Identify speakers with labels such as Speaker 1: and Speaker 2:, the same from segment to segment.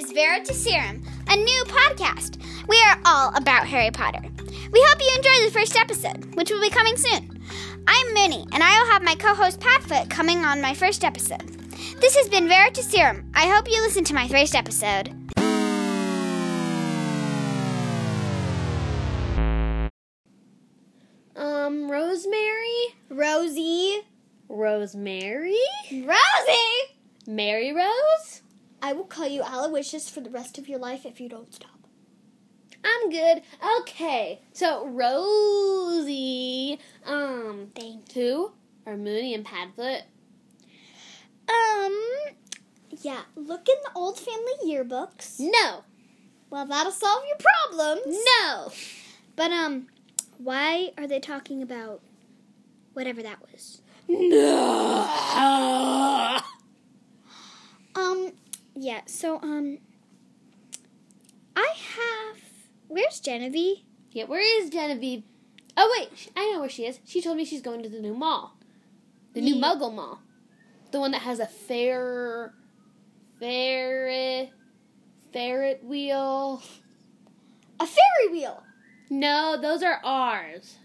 Speaker 1: Veritaserum, a new podcast. We are all about Harry Potter. We hope you enjoy the first episode, which will be coming soon. I'm Minnie, and I will have my co host Padfoot coming on my first episode. This has been Veritaserum. I hope you listen to my first episode.
Speaker 2: Um, Rosemary?
Speaker 1: Rosie.
Speaker 2: Rosemary?
Speaker 1: Rosie!
Speaker 2: Mary Rose?
Speaker 3: I will call you Aloysius for the rest of your life if you don't stop.
Speaker 2: I'm good. Okay. So, Rosie. Um,
Speaker 3: Thank
Speaker 2: who are Mooney and Padfoot?
Speaker 1: Um,
Speaker 3: Yeah, look in the old family yearbooks.
Speaker 2: No.
Speaker 3: Well, that'll solve your problems.
Speaker 2: No.
Speaker 3: But, um, why are they talking about whatever that was?
Speaker 2: No.
Speaker 3: Um, yeah, so, um, I have. Where's Genevieve?
Speaker 2: Yeah, where is Genevieve? Oh, wait. sh- I know where she is. She told me she's going to the new mall. The new Muggle Mall. The one that has a fair. ferret. ferret wheel.
Speaker 3: A fairy wheel!
Speaker 2: No, those are ours.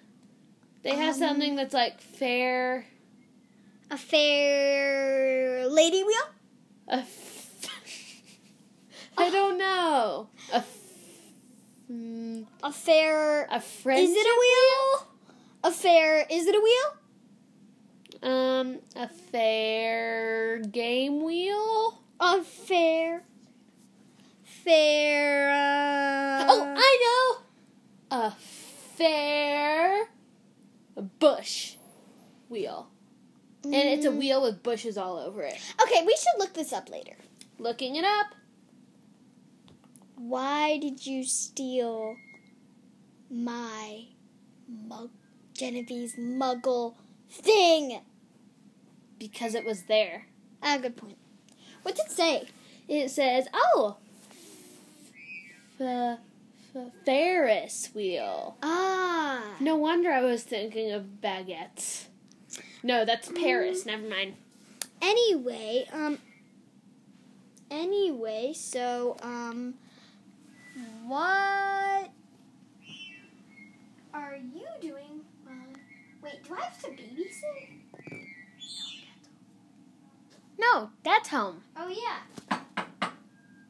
Speaker 2: They have
Speaker 3: Um,
Speaker 2: something that's like fair.
Speaker 3: A fair lady wheel?
Speaker 2: A f- I don't know. A, f- mm,
Speaker 3: A fair.
Speaker 2: a
Speaker 3: Is
Speaker 2: friendship.
Speaker 3: it a wheel? A fair. Is it a wheel?
Speaker 2: um, a fair game wheel.
Speaker 3: A fair. Fair. Uh,
Speaker 2: oh, I know. A fair bush wheel, and it's
Speaker 3: Mm.
Speaker 2: a wheel with bushes all over it.
Speaker 3: okay, we should look this up later.
Speaker 2: Looking it up.
Speaker 3: Why did you steal my mug- Genevieve's muggle thing?
Speaker 2: Because it was there.
Speaker 3: Ah, good point. What's it say?
Speaker 2: It says, oh, f- f- Ferris wheel.
Speaker 3: Ah.
Speaker 2: No wonder I was thinking of baguettes. No, that's Paris. Never mind.
Speaker 3: Anyway, um. Anyway, so um, what are you doing? Um, wait, do I have to babysit?
Speaker 2: No, that's home.
Speaker 3: Oh yeah.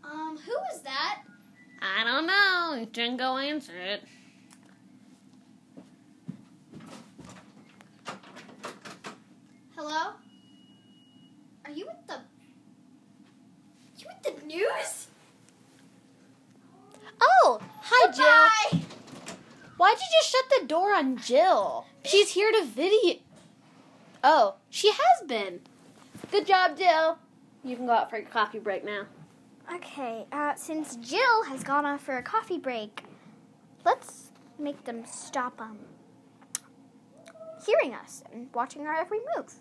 Speaker 3: Um, who was that?
Speaker 2: I don't know. You didn't go answer it.
Speaker 3: Hello? Are you with the? You with the news?
Speaker 2: Oh, hi,
Speaker 3: Bye.
Speaker 2: Why'd you just shut the door on Jill? She's here to video. Oh, she has been. Good job, Jill. You can go out for your coffee break now.
Speaker 3: Okay, uh, since Jill has gone off for a coffee break, let's make them stop um, hearing us and watching our every move.